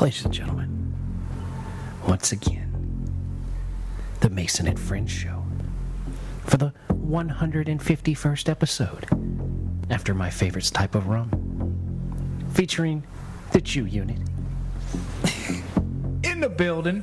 Ladies and gentlemen, once again, the Masonette Friends Show for the 151st episode after my favorite's type of rum, featuring the Jew Unit, in the building.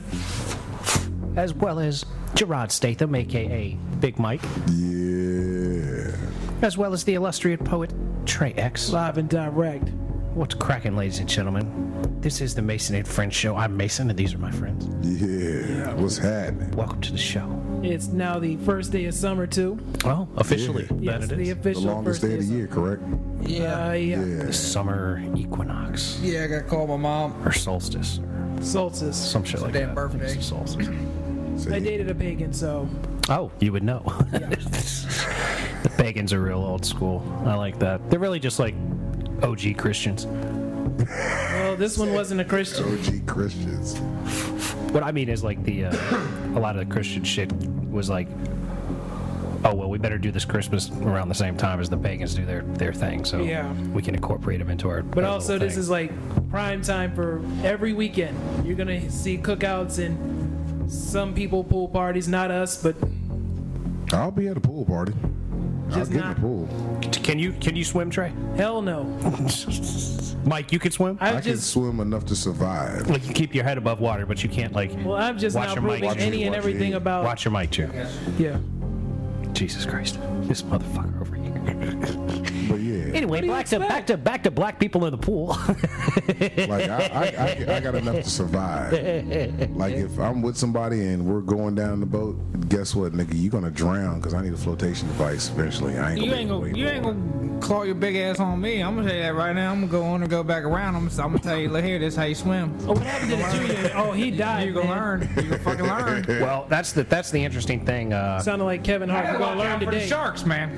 as well as Gerard Statham, aka Big Mike, Yeah. as well as the illustrious poet Trey X. Live and direct. What's cracking, ladies and gentlemen? This is the Masonette Friends Show. I'm Mason, and these are my friends. Yeah. What's happening? Welcome to the show. It's now the first day of summer too. Well, Oh, officially, that Yes, it the is. The official longest first day of the summer. year, correct? Uh, yeah. Yeah. summer equinox Yeah, I gotta call my mom. or solstice or Solstice. some shit like damn that. birthday. It's a solstice. I See? dated a pagan, so Oh, you would know. the pagans are real old school. I like that. They're really just like OG Christians. well, this one wasn't a Christian. OG Christians. What I mean is like the uh, a lot of the Christian shit was like, oh well, we better do this Christmas around the same time as the pagans do their their thing, so Yeah. we can incorporate them into our. But also, this is like prime time for every weekend. You're gonna see cookouts and some people pool parties. Not us, but I'll be at a pool party. I'll Just get in not- the pool. Can you can you swim, Trey? hell no. Mike, you can swim. I'm I can just swim enough to survive. like you keep your head above water, but you can't like well, I'm just Watch not your mic, proving watch any your- and watch your- everything about. watch your mic, Jew. Yeah. Jesus Christ, this motherfucker over here. But yeah, anyway, do you back to expect? back to back to black people in the pool. like I, I, I, I got enough to survive. Like if I'm with somebody and we're going down the boat, guess what, nigga? You're gonna drown because I need a flotation device eventually. I ain't gonna. You be able ain't to gonna, wait you no ain't longer. gonna claw your big ass on me. I'm gonna tell you that right now. I'm gonna go on and go back around. I'm, I'm gonna tell you, look here, this how you swim. Oh, what happened to the junior? Oh, he died. You gonna man. learn. You gonna fucking learn. well, that's the that's the interesting thing. Uh, Sounded like Kevin Hart. We're Watch gonna learn out for the today. sharks, man.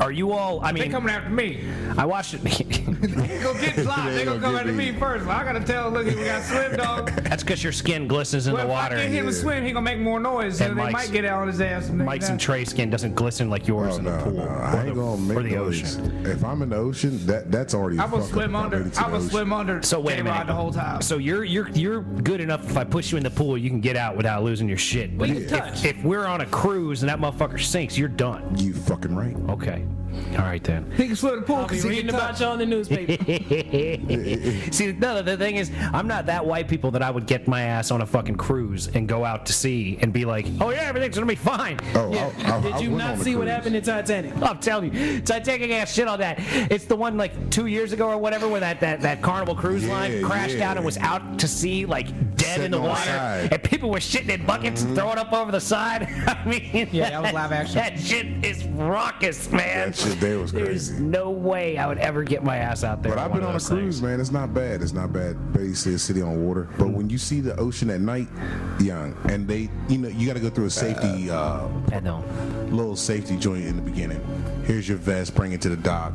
are you all? I They mean, coming after me. I watched it. They gonna get blocked. They They gonna gonna come get after me me. first. I gotta tell. Look, we got swim dog. that's because your skin glistens in But the if I water. get him to swim, he gonna make more noise. So And they Mike's- might get out on his ass. Mike's and Trey's skin doesn't glisten like yours Oh, in the no, pool no. or I ain't the, gonna make or the noise. ocean. If I'm in the ocean, that that's already. I will swim under. I will was swim under. So wait a J-Rod minute. The whole time. So you're you're you're good enough. If I push you in the pool, you can get out without losing your shit. But can if, touch. if we're on a cruise and that motherfucker sinks, you're done. You fucking right. Okay. All right then. He can swim in the pool I'll be because he reading can about touch. y'all in the newspaper. See, no, the thing is, I'm not that white people that I would get my ass on a fucking cruise and go out to sea and be like, oh yeah, everything's gonna be fine. Oh, Yeah. I, I, I Did you went not on the see what cruise. happened in Titanic? I'm telling you, Titanic ass shit on that. It's the one like two years ago or whatever, where that that, that Carnival Cruise Yeah, Line crashed yeah. out and was out to sea, like dead in Sitting the on the water, side. and people were shitting in buckets, and throwing up over the side. I mean, Yeah, that was live action. That shit is raucous, man. That shit there was There's crazy. no way I would ever get my ass out there. But I've one been of on a those cruise, things. man. It's not bad. It's not bad. Betty says city on water. But when you see the ocean at night, young, and they, you know, you got to go through a safety, uh, I know. little safety joint in the beginning. Here's your vest. Bring it to the dock.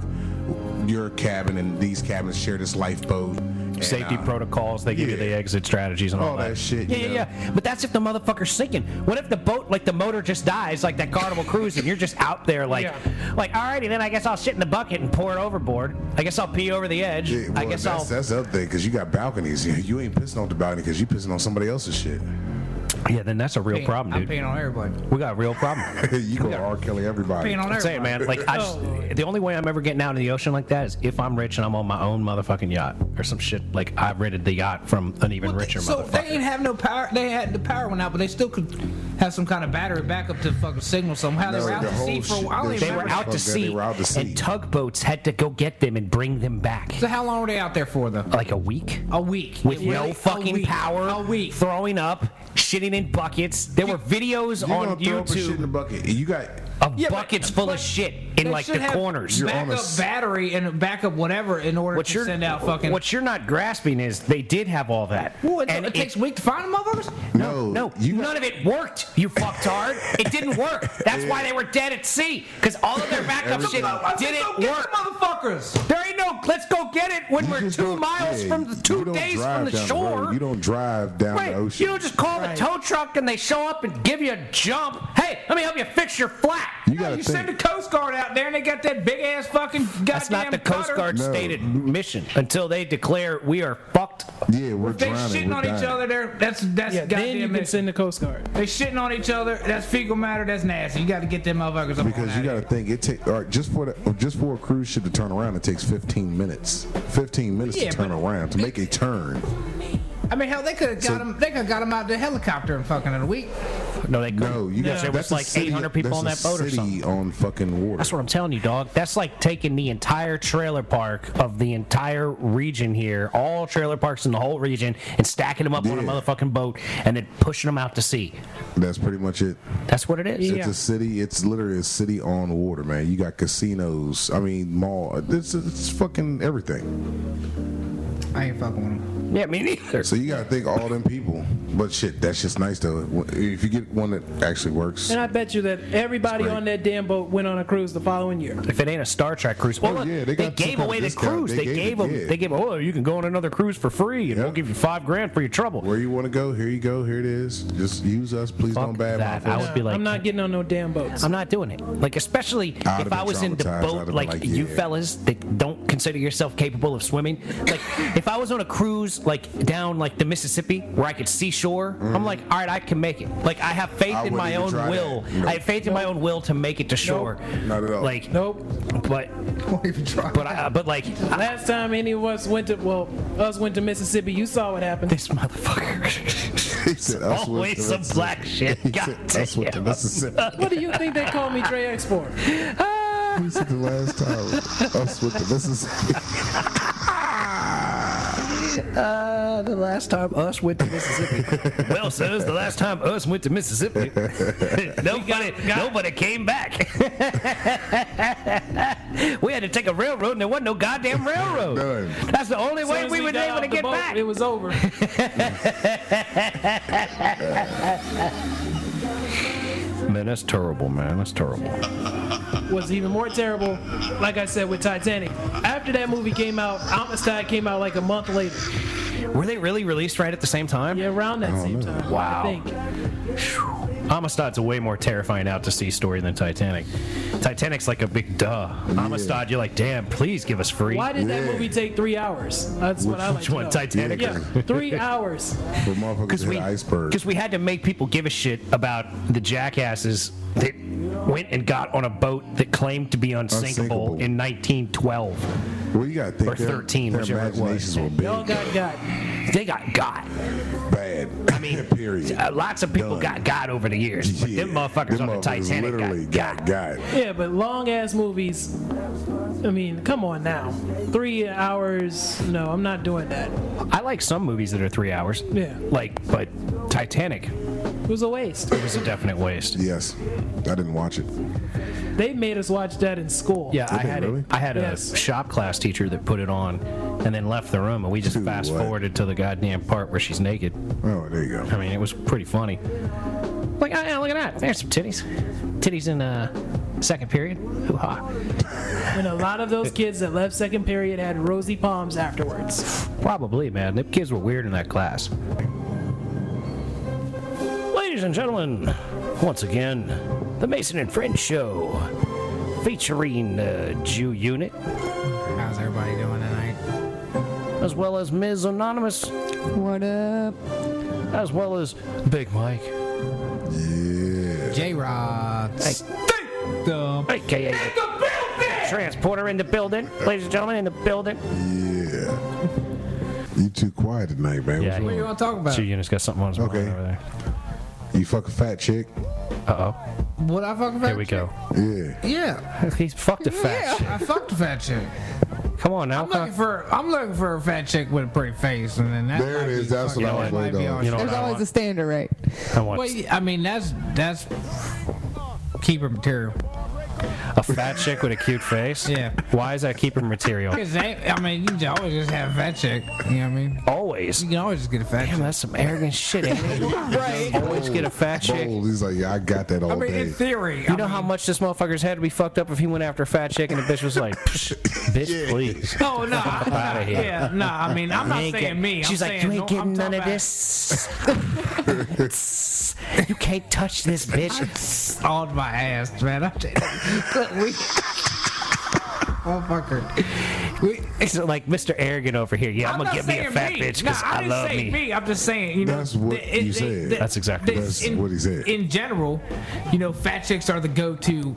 Your cabin and these cabins share this lifeboat. and, safety uh, protocols. They give you yeah. the exit strategies and all, All that shit, Yeah, you yeah, know. yeah. But that's if the motherfucker's sinking. What if the boat, like the motor, just dies, like that Carnival Cruise, and you're just out there, like, Yeah. like, alrighty, then I guess I'll shit in the bucket and pour it overboard. I guess I'll pee over the edge. Yeah, well, I guess that's, I'll. that's the other thing because you got balconies. You, you ain't pissing on the balcony because you pissing on somebody else's shit. yeah, then that's a real problem, I'm dude. peeing on everybody. We got a real problem. you go R. Kelly everybody. Peeing on everybody. I'm saying, man, like I just, Oh. the only way I'm ever getting out in the ocean like that is if I'm rich and I'm on my own motherfucking yacht or some shit. Like I rented the yacht from an even Well, richer so motherfucker. they ain't have no power. They had the power went out, but they still could have some kind of battery backup to fucking signal somehow. they No, were out the to sea whole for a shit- while. they- they were out to Okay, they sea, were out to sea. and tugboats had to go get them and bring them back. So how long were they out there for though? like a week A week. with Yeah, no a fucking week. power, A week. throwing up, shitting in buckets. There were videos You're on gonna throw up and shit in the YouTube bucket. You got of Yeah, but- buckets full of but shit in They like should the have corners. You're on a Backup s- battery and backup whatever in order What to you're, send out fucking. what you're not grasping is they did have all that. Ooh, it, and it takes a week to find them, motherfuckers. no, No, You none got, of it worked. You fucked hard. It didn't work. That's why they were dead at sea because all of their backup Everything. shit Let's didn't Get work. the motherfuckers. There ain't no. Let's go get it when you we're just two don't- miles yeah, from the you two don't days drive from the down road. shore. you don't drive down Right. the ocean. You don't just call Right. the tow truck and they show up and give you a jump. Hey, let me help you fix your flat. You gotta You think. send the Coast Guard out there and they got that big ass fucking goddamn. That's not the Coast cutter. Guard's No. stated mission until they declare we are fucked Yeah, we're They drowning. shitting we're on dying. each other. There, that's that's Yeah, then you goddamn. can it. send the Coast Guard. They shitting on each other. That's fecal matter. That's nasty. You got to get them motherfuckers up Because on you got that. to think it take all right, just for the, just for a cruise ship to turn around, it takes 15 minutes. 15 minutes Yeah, to turn around to make a turn. I mean, hell, they could have got So- them. They could have got them out the helicopter in fucking a week. No, they couldn't. No, you got there was a like city- 800 people that's on that a boat or city something. on fucking water. That's what I'm telling you, dog. That's like taking the entire trailer park of the entire region here, all trailer parks in the whole region, and stacking them up on a Yeah. motherfucking boat and then pushing them out to sea. That's pretty much it. That's what it is. Yeah. It's a city. It's literally a city on water, man. You got casinos. I mean, mall. It's, it's fucking everything. I ain't fucking with them. Yeah, me neither. So you got to think all them people. But shit, that's just nice though. If you get one that actually works. And I bet you that everybody That's great. on that damn boat went on a cruise the following year. If it ain't a Star Trek cruise, well, Oh, look, yeah, they, they got some gave kind of away the discount. cruise. They They, gave gave it, them. yeah. They gave. Oh, you can go on another cruise for free, and Yeah. we'll give you five grand for your trouble. Where you want to go? Here you go. Here it is. Just use us. Please don't Fuck bad that. I would be like, I'm not getting on no damn boats. I'm not doing it. Like, especially I'd have if I been was in the traumatized. I'd have boat, been like, like, you yeah. fellas that don't consider yourself capable of swimming. Like, if I was on a cruise, like, down, like, the Mississippi where I could see shore, I'm like, all right, I can make it. Like, I have faith Mm-hmm. I in wouldn't my even own try that. will. Nope. I have faith in my own will to make it to shore. Not at all. Like, Nope. but, Won't even try. but, I, but, like, I, Last time any of us went to, well, us went to Mississippi, you saw what happened. this motherfucker. He said, "Us with Always the some Mississippi." black shit. He God said, "Us with the damn. Mississippi." What do you think they called me Trey X for? He said the last time. Us with the Mississippi. Uh, the last time us went to Mississippi. well, sir, it's the last time us went to Mississippi. nobody, nobody came back. we had to take a railroad, and there wasn't no goddamn railroad. None. That's the only Soon way as we, were got able off to the get boat, back. It was over. man, that's terrible, man. That's terrible. was even more terrible, like I said, with Titanic. After that movie came out, Amistad came out like a month later. Were they really released right at the same time? Yeah, around that same know. time. Wow. I think. Amistad's a way more terrifying out to sea story than Titanic. Titanic's like a big duh. Amistad, you're like, damn, please give us free. Why did that Yeah. movie take three hours? That's what I like Which to one, know. Titanic? Yeah, three hours. But motherfuckers because hit we an iceberg. because we had to make people give a shit about the jackasses that went and got on a boat that claimed to be unsinkable, Unsinkable. in 1912. well, you got to think or their- 13, Their whichever it was. imaginations were big, Y'all got got. They got got. bad. I mean, period. Uh, lots of people got Done. got over the years. But Yeah, them motherfuckers them on the motherfuckers Titanic literally got got. got got. Yeah, but long ass movies. I mean, come on now. Three hours. No, I'm not doing that. I like some movies that are three hours. Yeah. Like, but Titanic It was a waste. was a definite waste. Yes, I didn't watch it. They made us watch that in school. Yeah, I they had really? a, I had Yes. a shop class teacher that put it on, and then left the room, and we just Dude, fast what? forwarded to the goddamn part where she's naked. Oh, there you go. I mean, it was pretty funny. Like, oh, yeah, look at that. There's some titties. Titties in uh, second period. Hoo-ha. And a lot of those kids that left second period had rosy palms afterwards. Probably, man. The kids were weird in that class. Ladies and gentlemen, once again, the Mason and Friends show featuring uh, Jew Unit How's everybody doing tonight? as well as Ms. Anonymous. What up? As well as Big Mike, Yeah. J Rod. Hey. the aka Transporter in the building. Ladies and gentlemen, in the building. Yeah. You too quiet tonight, man. Yeah. What's What do you want to talk about? Jew Unit's got something on his Okay. mind over there. wrong? You fuck a fat chick? Uh oh. What I fucking fat Here we go. Yeah. Yeah. He's fucked a fat Yeah, I fucked a fat chick. shit. Come on now. I'm looking for I'm looking for a fat chick with a pretty face, and then that There might it is. be That's fucking- what I was that might waiting be on. all You know shit. what There's I always a want? standard rate. I want Well, I mean that's that's keeper material. a fat chick with a cute face. Yeah. Why is that keeping material? Cause they, I mean you can always just have a fat chick. You know what I mean? Always. You can always just get a fat Damn, chick. that's some arrogant shit. ain't it? Right. Always get a fat chick. Bold. He's like, yeah, I got that all I mean day. in theory. You know how much this motherfucker's head would be fucked up if he went after a fat chick and the bitch was like, "Psh, bitch, please. Oh no! outta here. Yeah, no. I mean, I'm You not ain't saying get- me. I'm She's like, saying you ain't no- I'm getting none talking of about- this. you can't touch this bitch. on my ass, man. I'm telling you. Look, we- Motherfucker. We, it's like Mr. Arrogant over here. Yeah, I'm, not gonna get me a saying fat me. bitch Nah, because I, I, didn't love say me. I'm just saying, you know, That's what you said. That's exactly- That's what he said. In general, you know, fat chicks are the go-to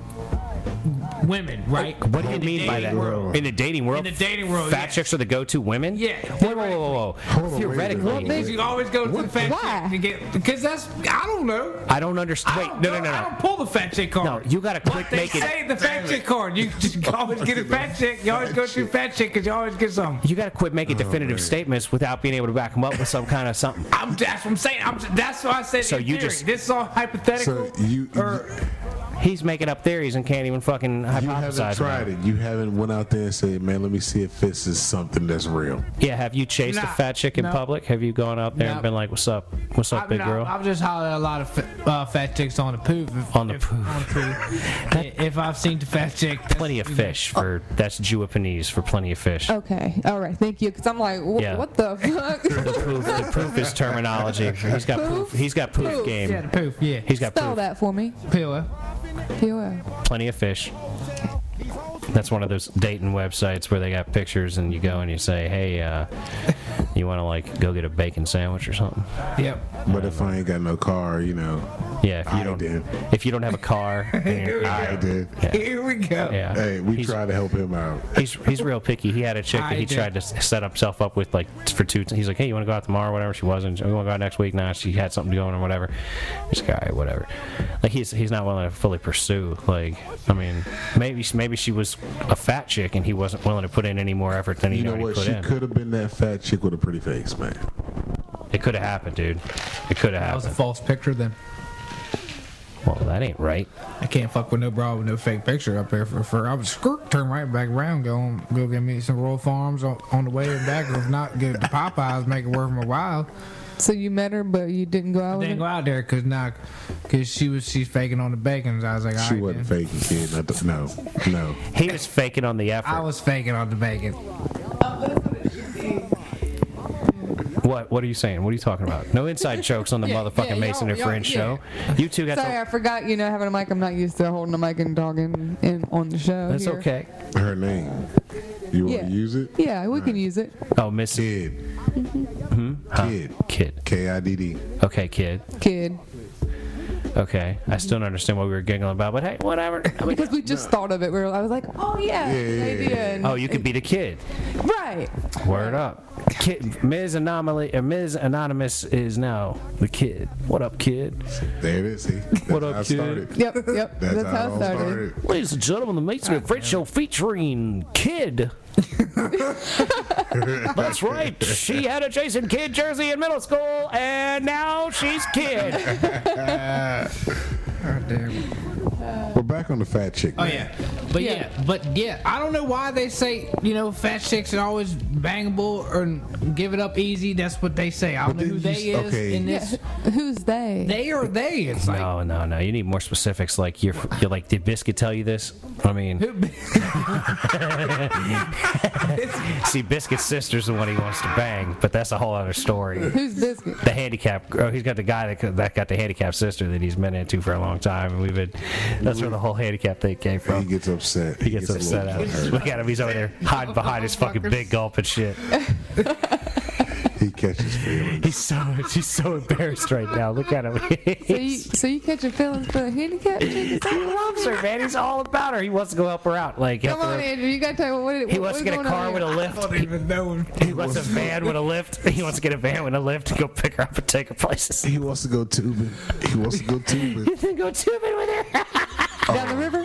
women, right? What do you In the mean by dating that? world. In the dating world, In the dating world, fat yeah. chicks are the go-to women. Yeah, Whoa, whoa, whoa, whoa, whoa. Hold on, wait a minute, Theoretically, hold on, wait a You always go to the What? fat Why? chick to get because that's I don't know. I don't understand. I Wait, don't no, know. no, no, I no. don't pull the fat chick card. No, you gotta But click they make it- say the fat chick card. You just always get a fat chick. You always go to fat chick because you always get something. You got to quit Oh, making definitive statements without being able to back them up with some kind of something. I'm, that's what I'm saying. I'm, that's why I said. So in you theory. just- this is all hypothetical. So you or, He's making up theories and can't even fucking you hypothesize. about haven't tried it. You haven't went out there and said, "Man, let me see if this is something that's real." Yeah, have you chased a Nah, fat chick in no. public? Have you gone out there No. and been like, "What's up? What's up, I've, big not- girl?" I've just hollered at a lot of fa- uh, fat chicks on the poof. If, On the if, poof. on the poof. I- if I've seen the fat chick, that's- plenty of fish for that's Japanese for plenty of fish. Okay. All right. Thank you. Because I'm like, wh- Yeah. what the fuck? Poof, the poof is terminology. He's got poof. Poof? He's got poof, Poof. game. Yeah, the poof. Yeah, He's got Spell poof. that for me. pillow. P-O-L. Plenty of fish. That's one of those dating websites where they got pictures and you go and you say, "Hey, uh, you want to like go get a bacon sandwich or something?" Yep. But if I ain't got no car, you know, Yeah, if you I don't did. if you don't have a car, then you're- I did. Here we go. yeah. Hey, we He's- try to help him out. He's he's real picky. He had a chick that I he did. tried to s- set himself up with like t- for two. He's like, hey, you want to go out tomorrow? Whatever. She wasn't. We want to go out next week. Nah, she had something going or whatever. He's like, all right, whatever. Like he's he's not willing to fully pursue. Like I mean, maybe she- maybe she was a fat chick and he wasn't willing to put in any more effort than he You know already what? put She in. could have been that fat chick with a pretty face, man. It could have happened, dude. It could have That was a happened. false picture then. well, that ain't right. I can't fuck with no bra with no fake picture up there for for. I would skirt turn right back around, go on, go get me some Royal Farms on, on the way and back. Or if not, go to Popeyes, make it worth my while. So you met her, but you didn't go out with Didn't go her? out there because now, because she was she's faking on the bacon. I was like, all She right, wasn't then. faking, kid. Not the, no, no. He was faking on the effort. I was faking on the bacon. What What are you saying? What are you talking about? No inside jokes on the Yeah, motherfucking yeah, Mason y'all- and y'all- Friends yeah. show. You two got Sorry, I to. forgot, you know, having a mic. I'm not used to holding a mic and talking in, on the show. That's here. okay. Her name. You want Yeah. to use it? Yeah, we can use it. Oh, Miss Kid. Hmm? Kid. Kid. K I D D. Okay, kid. Kid. Okay. I still don't understand what we were giggling about, but hey, whatever. I mean, Because we just thought of it. We were, I was like, oh, yeah. Yeah, good yeah, idea. yeah. And- oh, you could be the kid. Right. Word up. Kid, Ms. Anomaly, or Ms. Anonymous is now the kid. What up, kid? There it is. See? That's What up, how I kid? started. Yep, yep. That's, how, it it all started. Ladies and gentlemen, the Mason and Friends show featuring Kid. That's right. She had a Jason Kid jersey in middle school, and now she's Kid. We're back on the fat chick. Oh man. yeah, but yeah. but yeah, I don't know why they say you know fat chicks are always bangable or give it up easy. That's what they say. I don't But know who then they you s- is okay. in Yeah. this. Who's they? They are they. It's like No, no, no. You need more specifics. Like you're, you're like, did Biscuit tell you this? I mean, see, Biscuit's sister's the one he wants to bang, but that's a whole other story. Who's Biscuit? The handicap. Oh, he's got the guy that that got the handicap sister that he's been into for a long time, and we've been. That's where the whole handicap thing came Oh, He from. gets upset. He gets a little upset at it. Look at him. He's over there hiding behind his fucking big gulp and shit. He catches feelings. He's so he's so embarrassed right now. Look at him. So you, so you catch your feelings for a handicap chick? Is that- he loves her, man. He's all about her. He wants to go help her out. Like Come help on, her- Andrew. You got to tell me what it He wants to get a car with a lift. I don't even know. him. He wants a van with a lift. He wants to get a van with a lift to go pick her up and take her places. He wants to go tubing. He wants to go tubing. Then go tubing with her. down the river.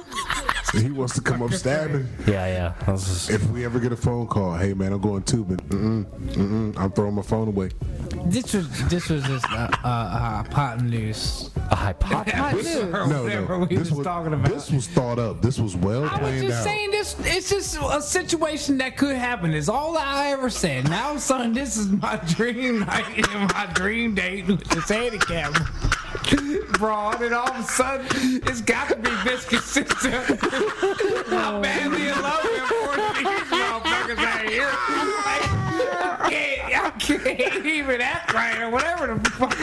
He wants to come up stabbing. Yeah, yeah. That was just- If we ever get a phone call, hey man, I'm going tubing. Mm-mm, mm-mm, I'm throwing my phone away. This was this was just uh, uh, uh, pot and loose. a hypothesis. Hot news. Or No, whatever no. Oh, we was, talking about. this was thought up. This was well I was planned just out. saying this. It's just a situation that could happen. Is all I ever said. Now, son, this is my dream night and my dream date with this handicap broad, and all of a sudden, it's got to be Biscuit Sister. How badly in love with for these motherfuckers out here. Like, I can't, I can't even act right or whatever the fuck.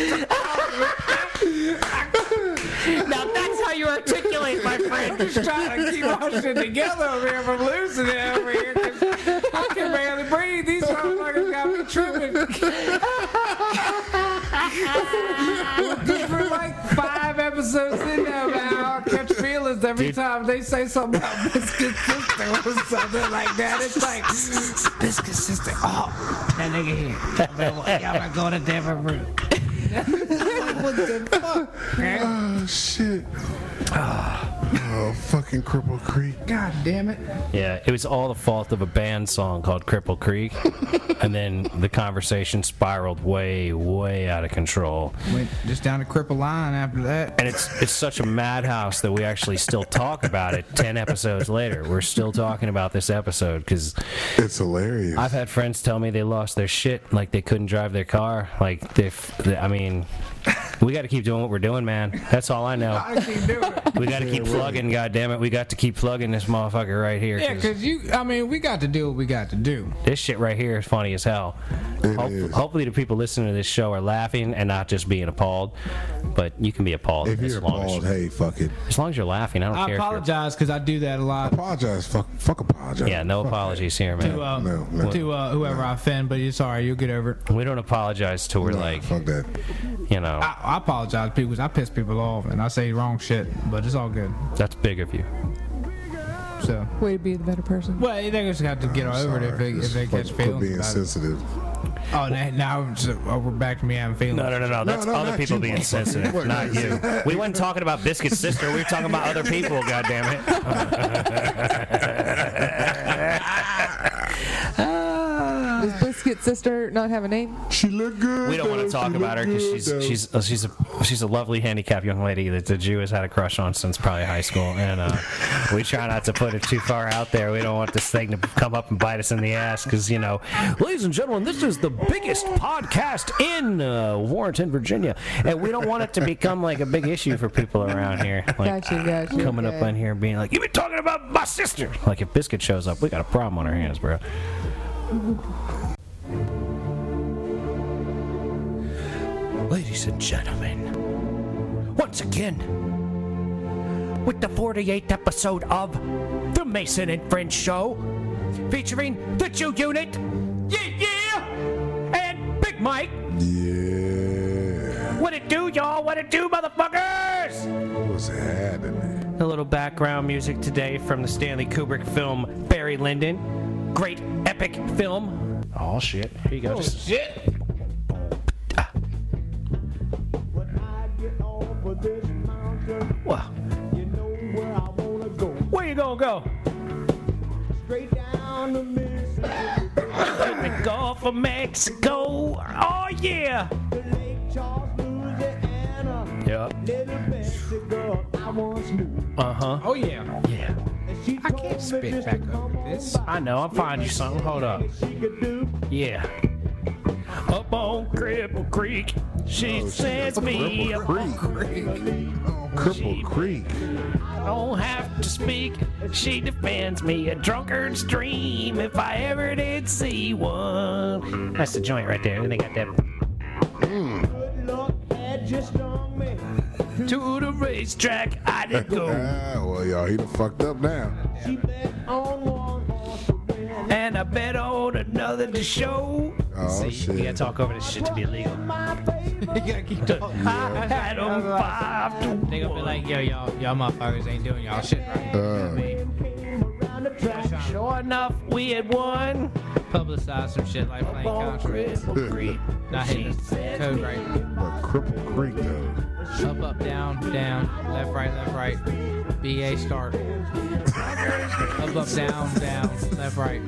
Now that's how you articulate, my friend. just trying to keep our shit together over here from losing it over here. 'cause I can't breathe. These motherfuckers got me tripping. For like five episodes in now, man, I'll catch feelings every time they say something about biscuit sister or something like that. It's like biscuit sister. Oh, that nigga here. I mean, what- Y'all might go to different room. what the fuck, man? Oh shit. Oh, fucking Cripple Creek. God damn it. Yeah, it was all the fault of a band song called Cripple Creek. and then the conversation spiraled way, way out of control. Went just down to cripple line after that. And it's it's such a madhouse that we actually still talk about it 10 episodes later. We're still talking about this episode cuz It's hilarious. I've had friends tell me they lost their shit like they couldn't drive their car. Like they f- they- I mean, we got to keep doing what we're doing, man. That's all I know. I keep doing it. We got to keep plugging, goddammit. We got to keep plugging this motherfucker right here. Yeah, 'cause- because you, I mean, we got to do what we got to do. this shit right here is funny as hell. Hope- is. Hopefully, the people listening to this show are laughing and not just being appalled. But you can be appalled if as you're long appalled, as hey, fuck it. as long as you're laughing. I don't I care. if you're- apologize because I do that a lot Apologize. Fuck, fuck apologize. yeah, no apologies here, man. to, uh, No, no. to uh, whoever I offend, but it's all right. You'll get over it. we don't apologize till we're Nah, like, fuck that. you know, I, I apologize to people 'cause I piss people off and I say wrong shit, but it's all good. that's big of you. So, Way to be the better person. well, they just have to get over it if they, if Just they fuck- catch quit feelings. being about it. sensitive. Oh, now, now it's, uh, we're back to me having feelings. No, no, no, no. That's no, other not people you, being motherfucker. sensitive, What, not no, you. We weren't talking about Biscuit's sister. We were talking about other people. God damn it. Does Biscuit Sister not have a name? She look good. We don't want to talk about her because she's she's uh, she's a she's a lovely handicapped young lady that the Jew has had a crush on since probably high school, and uh, we try not to put it too far out there. We don't want this thing to come up and bite us in the ass because you know, ladies and gentlemen, this is the biggest podcast in uh, Warrenton, Virginia, and we don't want it to become like a big issue for people around here. Like, Gotcha, gotcha. Coming up Okay. on here and being like, you've been talking about my sister. Like, if Biscuit shows up, we got a problem on our hands, bro. Ladies and gentlemen, once again, with the 48th episode of The Mason and Friends Show, featuring the Jew Unit, yeah, yeah, and Big Mike. Yeah. What it do, y'all? What it do, motherfuckers? What's happening? A little background music today from the Stanley Kubrick film Barry Lyndon. Great epic film. Oh shit. Here you go. Just- Whoa. Where you gonna go? Straight down the Gulf of Mexico. Oh yeah. Yep. Uh Uh-huh. huh. Oh, yeah. Yeah. I can't spit back up with this. I know. I'll find you something. Hold up. Yeah. Up on Cripple Creek, she sends me. up. Oh, Cripple Creek. Cripple Creek. I don't have to speak. She defends me. A drunkard's dream, if I ever did see one. That's the joint right there. And they got that. To the racetrack, I did go. Ah, well, y'all, he done fucked up now. and I bet on another to show. Oh, See, shit. you gotta talk over this shit to be legal. You gotta keep talking. I had 'em five to They gonna be like, yo, y'all, y'all motherfuckers ain't doing y'all shit right. Uh, Sure enough, we had one. Publicize some shit like playing contract. Not hitting the code right. but Cripple Creek, though. Up, up, down, down, left, right, left, right. BA start. up, up, down, down, left, right,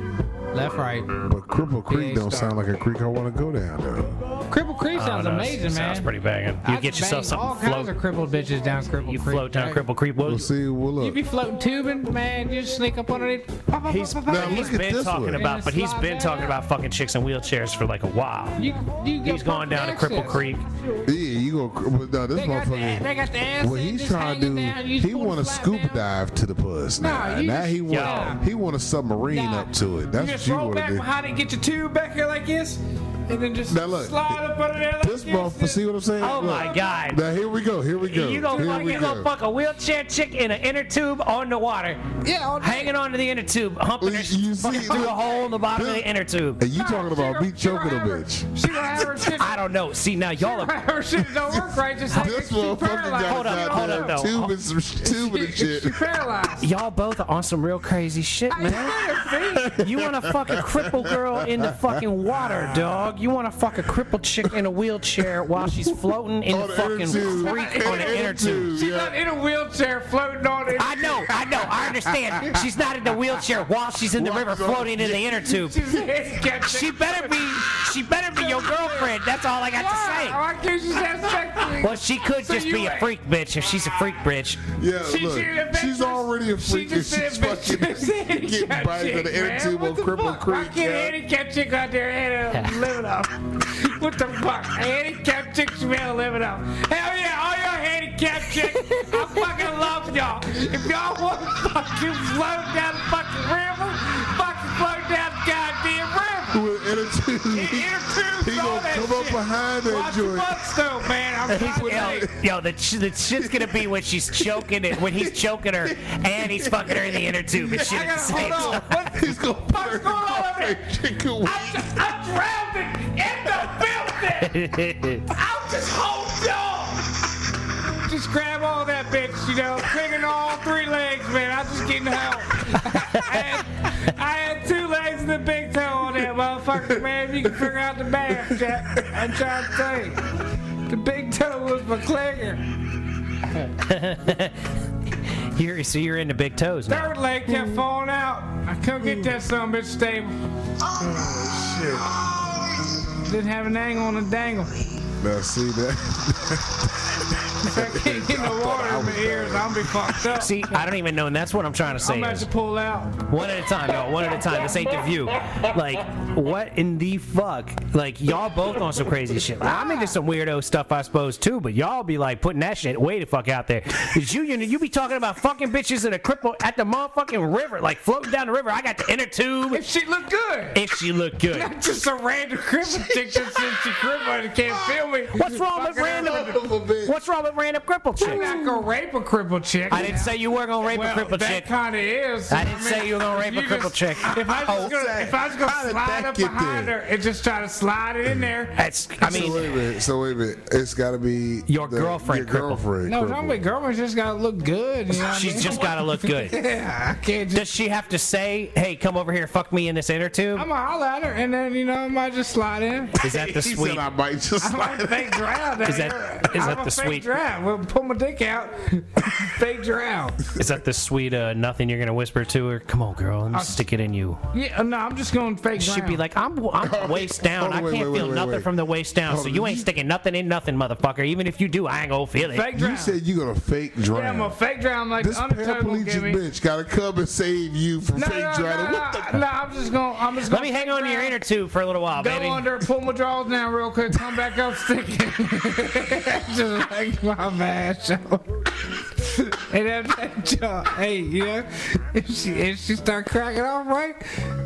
left, right. But Cripple Creek ain't don't started. sound like a creek I want to go down, though. Cripple Creek Oh, sounds amazing, man. Sounds pretty banging. You I get could yourself bang all something kinds float. of crippled bitches down Cripple You Creek. float down right? Cripple Creek. Well, We'll see. We'll You look. be floating tubing, man. You just sneak up underneath. he's Now, look he's at been this talking one. about, but he's Slide been that talking out. about fucking chicks in wheelchairs for like a while. You, you got He's going down to Cripple fucking access. Creek. Yeah, you go. But no, this They got, the, motherfucker. they got the ass. What he's trying to do, he want to scoop dive to the puss now. Nah, you now just- he want Nah. he want a submarine Nah. up to it. That's you what just you roll want back to do. behind it, get your tube back here like this, and and then just Now look, slide up under there. Like This motherfucker, see what I'm saying? Oh Look. my God. Now here we go. Here we go. You gonna here fuck, we you go. gonna fuck a wheelchair chick in an inner tube on the water, Yeah, all day. hanging onto the inner tube, humping You- her you fucking see- through a hole in the bottom of the inner tube. And you talking about me choking a bitch? She gonna have her shit. I don't know. See now, y'all are. Her shit don't work right. Just like This she motherfucker paralyzed. got Hold up, hold up, goddamn though. tube and some sh- tube and She, shit. she paralyzed. Y'all both are on some real crazy shit, man. You want to fuck a crippled girl in the fucking water, dog. You want to fuck a crippled chick in a wheelchair while she's floating in On the the inner fucking tube. creek on the In the inner inner tube. She's Yeah. not in a wheelchair floating on it. I know, I know, I understand. She's not in the wheelchair while she's in the river floating in the inner tube. She's handicapped. She better be, she better be your girlfriend. That's all I got to say. Why can't she have sex with Well, she could So just you be a ain't- freak bitch if she's a freak bitch. Yeah, She- look, she adventurous. she's already a She freak and just she's said fucking bitch. getting bites in the inner Man, tube what on the Cripple fuck? Why Creek. can't a yeah. handicapped chick out there and live it up? What the fuck? A handicapped chick should be able to live it up. Hell yeah, all y'all handicapped chicks, I fucking love y'all. If y'all want to fucking float down the fucking river, fucking float down the goddamn river. With inner tube. Inner tube's He all gonna that come up shit. behind that Watch your joint. butts though, man. I'm trying to Yo, say. yo, the, ch- the shit's gonna be when she's choking it, when he's choking her, and he's fucking her in the inner tube and shit I at the gotta same hold time. on. What the He's gonna fuck's put going on over her there? chicken. I'm drowning in the building. I'm just holding on. Just grab all that bitch, you know, clinging all three legs, man. I'm just getting help. I, had, I had two legs and a big toe on that motherfucker, man. If you can figure out the math, Jack, I'm trying to tell you. The big toe was my clinger. You're, so you're into big toes now. Third leg Mm. kept falling out. I couldn't get that son of a bitch stable. Oh, Shit. Didn't have an angle on the dangle. Now see that? I can't get no water in my ears. I'm be fucked up. See, I don't even know, and that's what I'm trying to say. I'm about is- to pull out. One at a time, y'all. One at a time. This ain't the view. Like, what in the fuck? Like, y'all both on some crazy shit. Like, I'm into some weirdo stuff, I suppose, too. But y'all be like putting that shit way the fuck out there. Junior, you be talking about fucking bitches in a cripple at the motherfucking river, like floating down the river. I got the inner tube. If she look good. If she look good. Not just a random cripple chick just since she crippled and can't feel me. What's wrong with Fucking random? Son of a bitch. What's wrong with random cripple I'm chicks? not gonna rape a crippled chick. I didn't say you were gonna rape well, a cripple that chick. kind of is. I didn't say you were gonna rape a you crippled just- chick. If I was Oh, gonna, if I was gonna How did slide that up get behind there? her and just try to slide it in there. That's. I so wait a mean, minute. So wait a minute. It's got to be Your girlfriend Your crippled. girlfriend. No, crippled. don't be girlfriend. Just gotta look good. You know what I mean? she's just gotta look good. Yeah, I can't just. Does she have to say, "Hey, come over here, fuck me in this inner tube"? I'm gonna holler at her and then you know I might just slide in. Is that the He sweet? said I might just I'm slide like a fake drown. Is that- nigga. is I'm that a the fake sweet- drown? Well, pull my dick out. fake drown. Is that the sweet? Uh, nothing you're gonna whisper to her. Come on, girl, let me stick it in you. Yeah, no, I'm just going fake drown. She'd be like, "I'm, Oh, I'm waist down. Hold I on, can't wait, wait, feel wait, wait, nothing wait. from the waist down. Hold So on, you you- ain't sticking nothing in nothing, motherfucker. Even if you do, I ain't gonna feel it." fake drown. You said you gonna fake drown. yeah, I'm a fake drown. Like This the undertow gonna give paraplegic me. bitch gotta come and save you from No, no, fake no, drowning. no, What the? no, I'm just gonna. I'm just Let gonna me hang fake on to your drown, inner tube for a little while, Go baby. under, pull my drawers down real quick, come back up, stick it. just like my man show. and after that job, hey, you know, if she if she start cracking off right,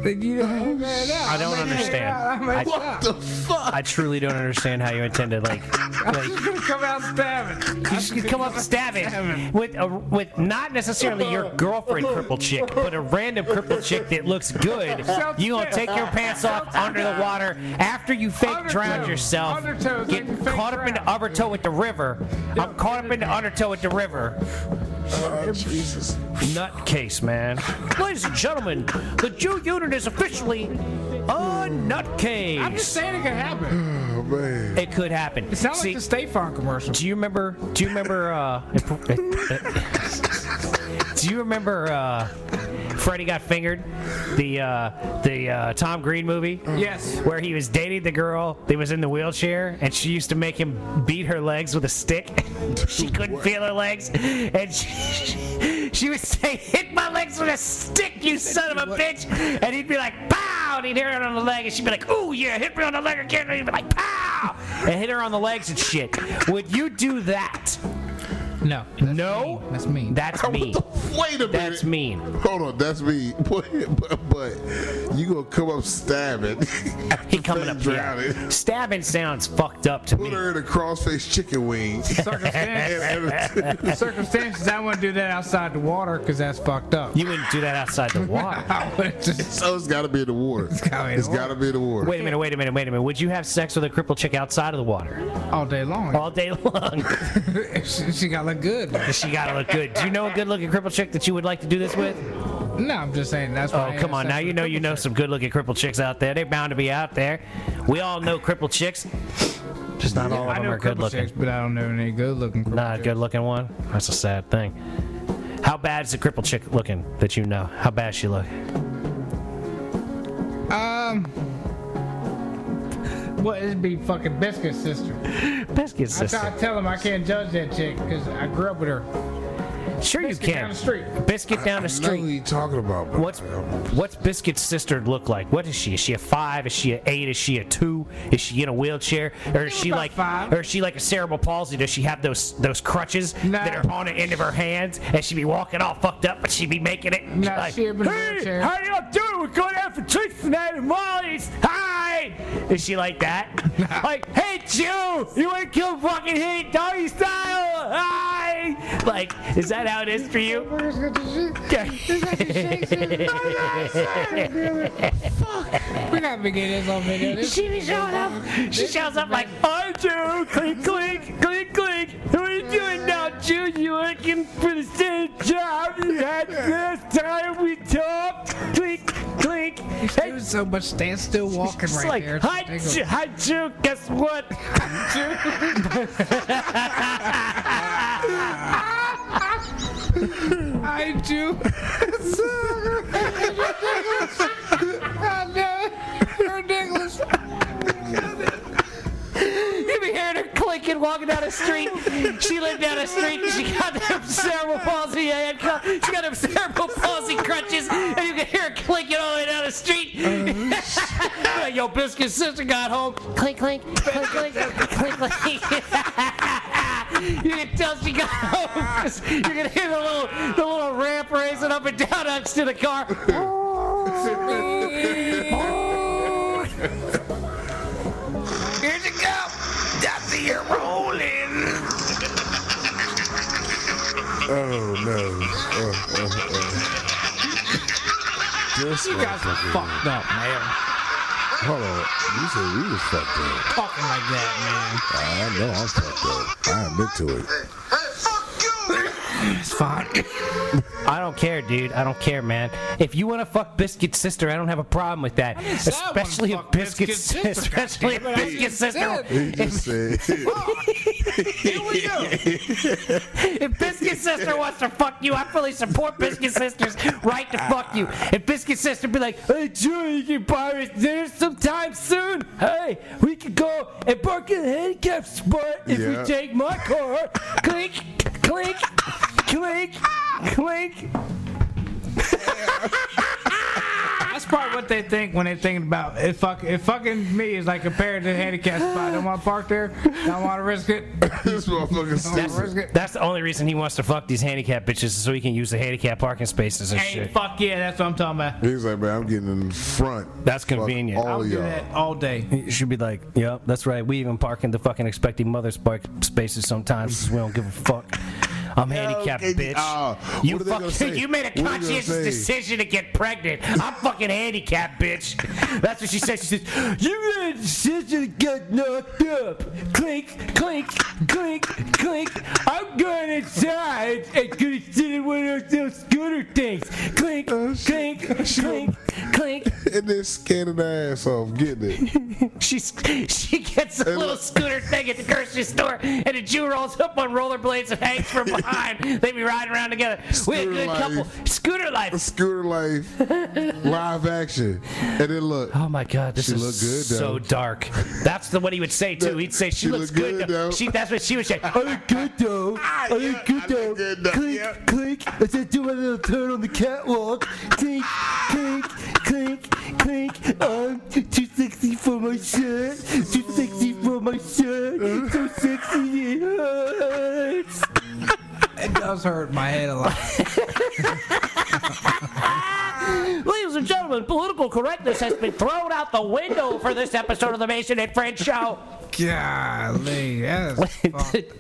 then you know, oh, man, I don't understand. I may I- stop. the fuck? I truly don't understand how you intend to like, like She's gonna come out stabbing. You just could come up stabbing with a, with not necessarily your girlfriend crippled chick, but a random crippled chick that looks good. You gonna take your pants off under the water after you fake drown Undertow. yourself, Undertow is get like fake caught up in the drown. undertow with the river. I'm caught up in the undertow with the river. Oh, Jesus. Nutcase, man. Ladies and gentlemen, the Jew unit is officially a I'm just nutcase. saying it could happen. Oh man. It could happen. It sounds See- like the State Farm commercial. Do you remember? Do you remember? Uh, eh. do you remember? Uh, Freddie got fingered. The uh, the uh, Tom Green movie. Yes. Where he was dating the girl that was in the wheelchair, and she used to make him beat her legs with a stick. she couldn't feel her legs, and she, she would say, "Hit my legs with a stick, you son of a bitch!" And he'd be like, "Pow!" And he'd hit her on the leg, and she'd be like, "Ooh, yeah, hit me on the leg again!" And he'd be like, "Pow!" And hit her on the legs and shit. Would you do that? No. no, That's me. that's me. Wait a minute. That's mean. Hold on, that's me. But, but, but you gonna come up stabbing? He coming up here. Drowning. Stabbing sounds fucked up to me. Put her in a crossface chicken wing. Circumstances, And- circumstances. I wouldn't do that outside the water because that's fucked up. You wouldn't do that outside the water. I would just. so it's got to be in the water. It's gotta be in the water. gotta be in the water. Wait a minute, wait a minute, wait a minute. Would you have sex with a crippled chick outside of the water all day long. all day long? she, she got look good. No, she gotta look good. Do you know a good-looking crippled chick that you would like to do this with? I'm just saying that's why. I Oh, had come on. sex Now with you a know you cripple know chick. some good looking crippled chicks out there. They're bound to be out there. We all know crippled chicks. Just not all of I them know are good cripple looking. chicks, but I don't know any good looking. Not a good looking one. That's a sad thing. How bad is the crippled chick looking that you know? How bad she look? Well, it'd be fucking biscuit sister. Biscuit I try sister. to tell him I can't judge that chick because I grew up with her. Sure you Biscuit down can. the street. Biscuit down the I know who street. you talking about, but What's what's Biscuit's sister look like? What is she? Is she a five? Is she a eight? Is she a two? Is she in a wheelchair? Or is she about like five. or is she like a cerebral palsy? Does she have those those crutches No. that are on the end of her hands and she be walking all fucked up but she be making it? No, like, she have been in a hey, wheelchair." how y'all doing? We're going out for drinks tonight at Molly's. Hi! Is she like that? like, hey Jew, you wanna kill fucking heat, doggy style? Hi! Like, is that how it is for you? We're not gonna get this on video. This She be showing up. She shows up like, "Hi, Joe. Click, click, click, click. How are you doing now, Joe? You working for the same job you had last time we talked? Click, click." Hey, There's so much standstill walking it's right like, there. "Hi, Take a- Joe. Hi, Joe. Guess what? Hi, Jew. God damn it. Ridiculous. You be hearing her clicking, walking down the street. She lived down the street. and She got them cerebral palsy. yeah, yeah, cl- She got them cerebral palsy crutches, and you can hear her clicking all the way down the street. Like, Yo, biscuit sister got home. Clink, clink, clink, clink, clink, clink. You can tell she got home. 'cause You can hear the little, the little ramp racing up and down next to the car. Here you go. Dusty, you're rolling. Oh no! Uh, uh, uh. This You guys are motherfucker. fucked up, man. Hold on, you said we was fucked up. Talking like that, I know I'm fucked up. I admit to it. man. It's fine. I don't care, dude. I don't care, man. If you want to fuck Biscuit's sister, I don't have a problem with that. say I wanna Especially if fuck Biscuit's sister, Biscuit's sister, especially if goddammit. I Biscuit's just sister, said. He just said, if Biscuit's sister wants to fuck you, I fully support Biscuit's sister's right to fuck you. If Biscuit's sister be like, hey, Joe, you can buy us dinner sometime soon. Hey, we could go and park in the handicap spot if Yeah. we take my car. clink, clink, clink, clink. That's probably what they think when they thinking about if fuck if fucking me is like compared to the handicap spot. I don't want to park there. I don't want to risk it. "This motherfucker Don't stupid." wanna risk it. That's the only reason he wants to fuck these handicap bitches so he can use the handicap parking spaces and Hey, shit. fuck yeah, that's what I'm talking about. He's like, man, I'm getting in front. That's Fuck convenient. all I'll of do y'all. that all day. You should be like, yep, that's right. We even park in the fucking expecting mother's park spaces sometimes 'cause we don't give a fuck. I'm handicapped, okay, bitch. uh, what you are they gonna say? fucking, you made What a are they gonna conscious say? decision to get pregnant. I'm fucking handicapped, bitch. That's what she said. She says, you made a decision to get knocked up. Clink, clink, clink, clink. I'm going inside and consider one of those scooter things. Clink, Oh, clink, shit. clink, clink. And then scanning the ass off, getting it. She's, she gets a little look. scooter thing at the grocery store, and a Jew rolls up on rollerblades and hangs from behind. they be riding around together. we a Scooter good life. couple. Scooter life. Scooter life, live action. And then look, Oh my God, this She look is good, so though. dark. That's the what he would say too. He'd say she, She looks look good. good, though. though. Ah, She, that's what she would say. I look good though. I look yeah, good I look though. good, though. Clink, Yeah. clink. As I do my little turn on the catwalk. Clink, clink, clink, clink. I'm Um, too sexy for my shirt. Too sexy for my shirt. So sexy it hurts. It does hurt my head a lot. Ladies and gentlemen, political correctness has been thrown out the window for this episode of the Mason and Friend Show. Golly, that's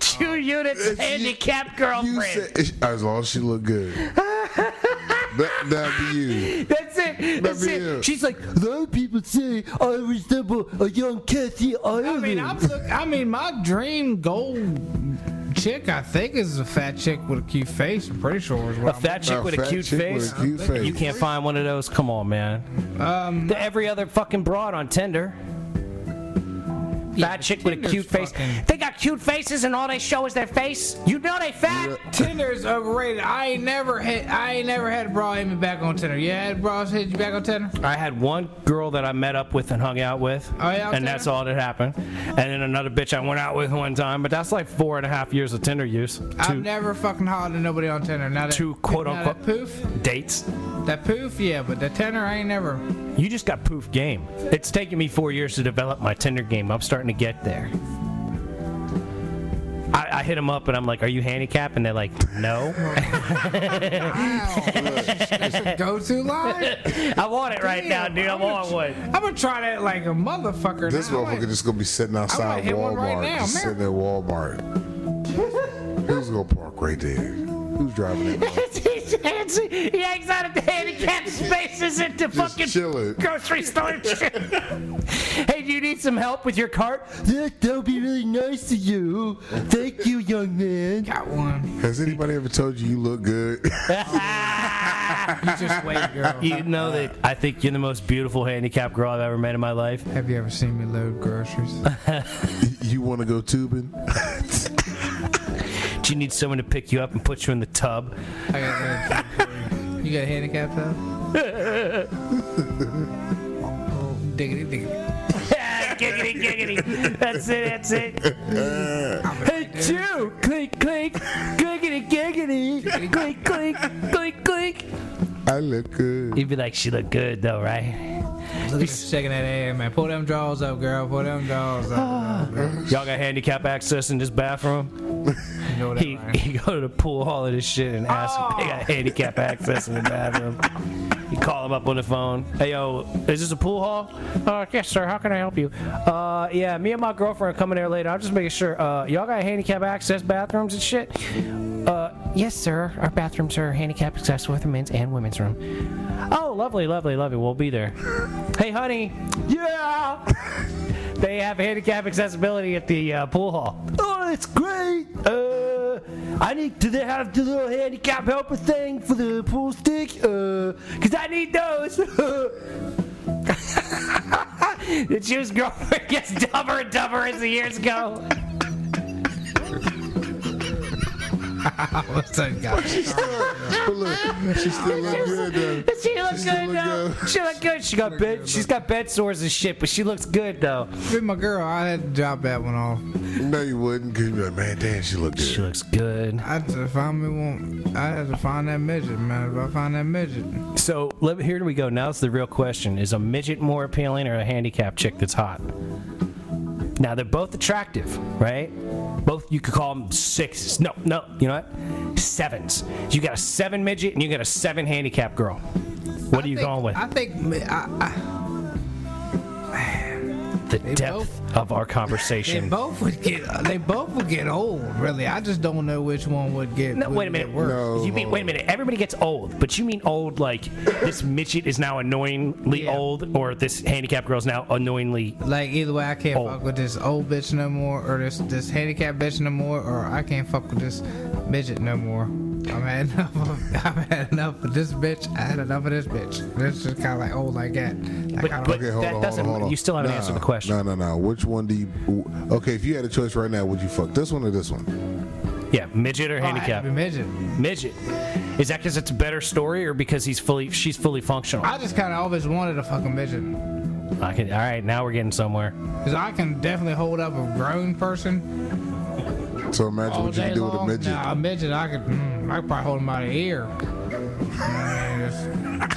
Two units Oh. If you- handicapped You girlfriend. said, as long as she look good. that, that'd be you. That's it. That's be it. it. She's like, those people say I resemble a young Kathy I Ireland. mean, I'm look, I mean, my dream goal chick, I think, is a fat chick with a cute face. I'm pretty sure is a what I'm. fat chick A with a fat cute chick face. with a cute face. You can't find one of those. Come on, man. Um, Every other fucking broad on Tinder. Fat chick with a Tinder's cute face. fucking- They got cute faces, and all they show is their face. You know they fat. Tinder's overrated. I ain't never hit. I ain't never had a bra hit me back on Tinder. You had bras hit you back on Tinder? I had one girl that I met up with and hung out with, Oh, yeah, and Tinder? that's all that happened. And then another bitch I went out with one time, but that's like four and a half years of Tinder use. I've Two never fucking hollered at nobody on Tinder. Now that Two quote now unquote- that poof, dates. that poof, yeah, but the Tinder, I ain't never. You just got poof game. It's taken me four years to develop my Tinder game. I'm starting to get there. I, I hit them up and I'm like, "Are you handicapped?" And they're like, "No." Go to line. I want it right now, Damn, dude. I'm I'm on one. I'm gonna try that like a motherfucker. This now. motherfucker just gonna be sitting outside hit one Walmart. right now, just man. sitting at Walmart. Who's gonna park right there? Who's driving that? motherfucker? he hangs out at the handicapped spaces at the Just fucking chilling. grocery store. and shit. hey, do you need some help with your cart? Yeah, that would be really nice to you. Thank you, young man. got one. Has anybody ever told you you look good? Just wait, girl. You know that I think you're the most beautiful handicapped girl I've ever met in my life. Have you ever seen me load groceries? you want to go tubing? Do you need someone to pick you up and put you in the tub? I got that. You got a handicap though? oh, diggity diggity. giggity, giggity. That's it, that's it. hey, two. Clink, clink. Giggity, giggity. Clink, clink. Clink, clink. I look good. You'd be like, she look good, though, right? Look at her shaking that ass, man. Pull them drawers up, girl. Pull them drawers up. Y'all got handicap access in this bathroom? You know that, He, right? he go to the pool, all of this shit, and ask if they got handicap access in the bathroom. You call him up on the phone. Hey, yo, is this a pool hall? Uh, yes, sir. How can I help you? Uh, yeah, me and my girlfriend are coming there later. I'm just making sure. Uh, y'all got handicap access bathrooms and shit? Uh, yes, sir. Our bathrooms are handicap accessible with the men's and women's room. Oh, lovely, lovely, lovely. We'll be there. hey, honey. Yeah. they have handicap accessibility at the uh, pool hall. Oh, that's great. Uh, I need. Do they have the little handicap helper thing for the pool stick? Uh, cause I need those. the Jew's girlfriend gets dumber and dumber as the years go. What's that guy? But look, she still look good though. Does She look She still good look though. good. She look good. She got bed. She's got bed sores and shit, but she looks good though. Be my girl. I had to drop that one off. No, you wouldn't. Cause you'd be like, man, damn, she look She good. looks good. I had to find me one. I had to find that midget, man. If I find that midget, So let, here we go. Now's the real question: Is a midget more appealing or a handicapped chick that's hot? Now they're both attractive, right? Both you could call them sixes. No, no, you know what? Sevens. You got a seven midget and you got a seven handicapped girl. What are you think- going with? I think mi- I, I, the depth of our they conversation. both would get. They both would get old, really. I just don't know which one would get. No, would wait a get minute. worse. No, you mean hold wait a minute? Everybody gets old, but you mean old like this midget is now annoyingly Yeah. old, or this handicapped girl is now annoyingly Like either way, I can't Oh. fuck with this old bitch no more, or this this handicapped bitch no more, or I can't fuck with this midget no more. I've had enough. Of, I've had enough of this bitch. I had enough of this bitch. This is kind of like old like that. Like, But- I don't but- Okay, hold That on, doesn't- hold on, hold on. you still haven't answered the question. No, no, no. Which one do you? w- Okay, if you had a choice right now, would you fuck this one or this one? yeah midget or Oh, I had to handicapped. be midget. midget. Is that because it's a better story, or because he's fully she's fully functional? I just kind of always wanted a fucking midget, I can, all right, now we're getting somewhere. cause I can definitely hold up a grown person. So imagine all what you day could do with a long. midget. Nah, a midget, I could. Mm, I could probably hold him by the ear. I mean,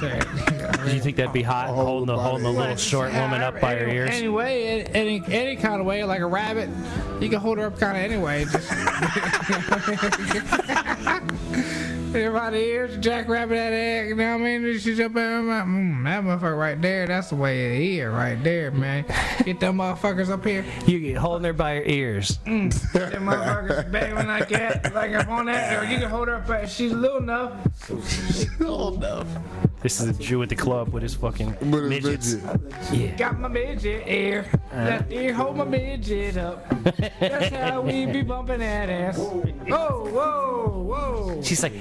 just- Do you think that'd be hot Oh, holding the by holding the the little ears. short woman up by her Any- ears? Anyway, any any kind of way, like a rabbit, you can hold her up kind of anyway. Just- Everybody hears Jackrabbit that egg. You know what I mean? She's up there. my, mm, that motherfucker right there. That's the way it is, right there, man. Get them motherfuckers up here. You get holding her by her ears. Them motherfuckers banging like that, like up on that. Or you can hold her up. but She's little enough. This is a Jew at the club with his fucking But it's midgets. midget. Got my midget ear. That ear hold my midget up. That's how we be bumping that ass. Whoa, whoa, whoa. She's like,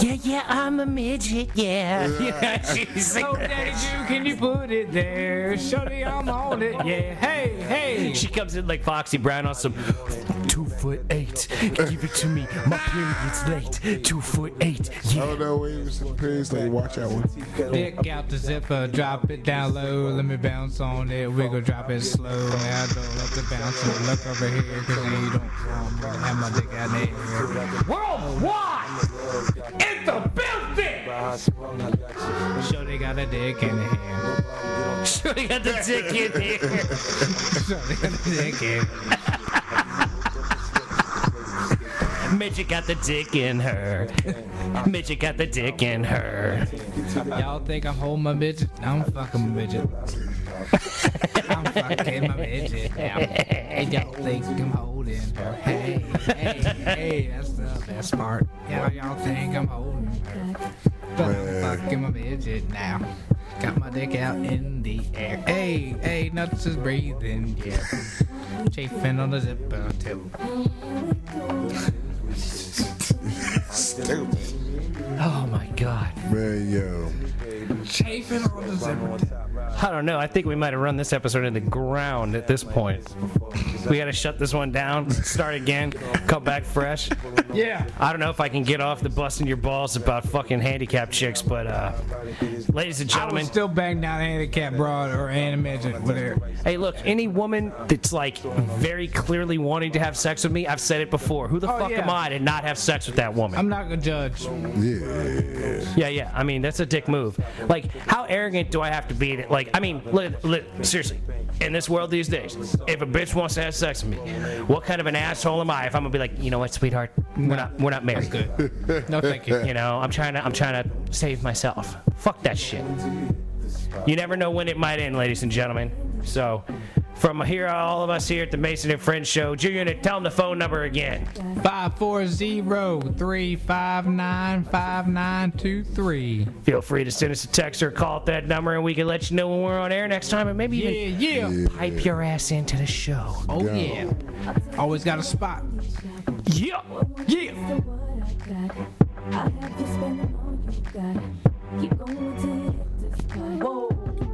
yeah, yeah, I'm a midget, yeah. yeah. She's Oh, like, Daddy Jew, can you put it there? Shorty, I'm on it. Yeah, hey, hey. she comes in like Foxy Brown on some two foot eight. Give it to me, my period's late. Two foot eight, I yeah. don't know. Oh, Wait, it's a pigs. Like, watch out. One. Dick out the zipper, drop it down low. Let me bounce on it, wiggle, drop it slow. Now I don't love to bounce, so look over here, cause you don't have my dick out there. Worldwide! It's the building! Sure, they got a dick in here. Sure, you got the dick in here. Sure, they got a dick in here. Midget got the dick in her. Midget got the dick in her. Y'all think I'm holding my midget? I'm fucking my midget. I'm fucking my midget. now. And y'all think I'm holding her? Hey, hey, hey, that's the best part. Y'all, y'all think I'm holding her? But Man. I'm fucking my midget now. Got my dick out in the air. Hey, hey, nuts is breathing. Yeah. Chafing on the zipper too. Stupid. Oh my god. Man, yo. Chafing on the zipper. I don't know. I think we might have run this episode into the ground at this point. We gotta shut this one down, start again, come back fresh. Yeah. I don't know if I can get off the busting your balls about fucking handicapped chicks, but uh, ladies and I gentlemen, was still banged out handicap broad or animated, whatever. hey, look, any woman that's like very clearly wanting to have sex with me, I've said it before. Who the Oh, fuck yeah. am I to not have sex with that woman? I'm not gonna judge. Yeah. Yeah, yeah. I mean, that's a dick move. Like, how arrogant do I have to be? To, like, I mean, li- li- seriously, in this world these days, if a bitch wants to have sex with me, what kind of an asshole am I if I'm gonna be like, you know what, sweetheart, we're not, we're not married. No, thank you. You know, I'm trying to, I'm trying to save myself. Fuck that shit. You never know when it might end, ladies and gentlemen. So, from here, all of us here at the Mason and Friends Show, Junior, tell them the phone number again. Five four zero three five nine five nine two three. Feel free to send us a text or call at that number, and we can let you know when we're on air next time, and maybe Yeah, even yeah. pipe your ass into the show. Oh Go. yeah. Always got a spot. Yeah. Yeah. Whoa.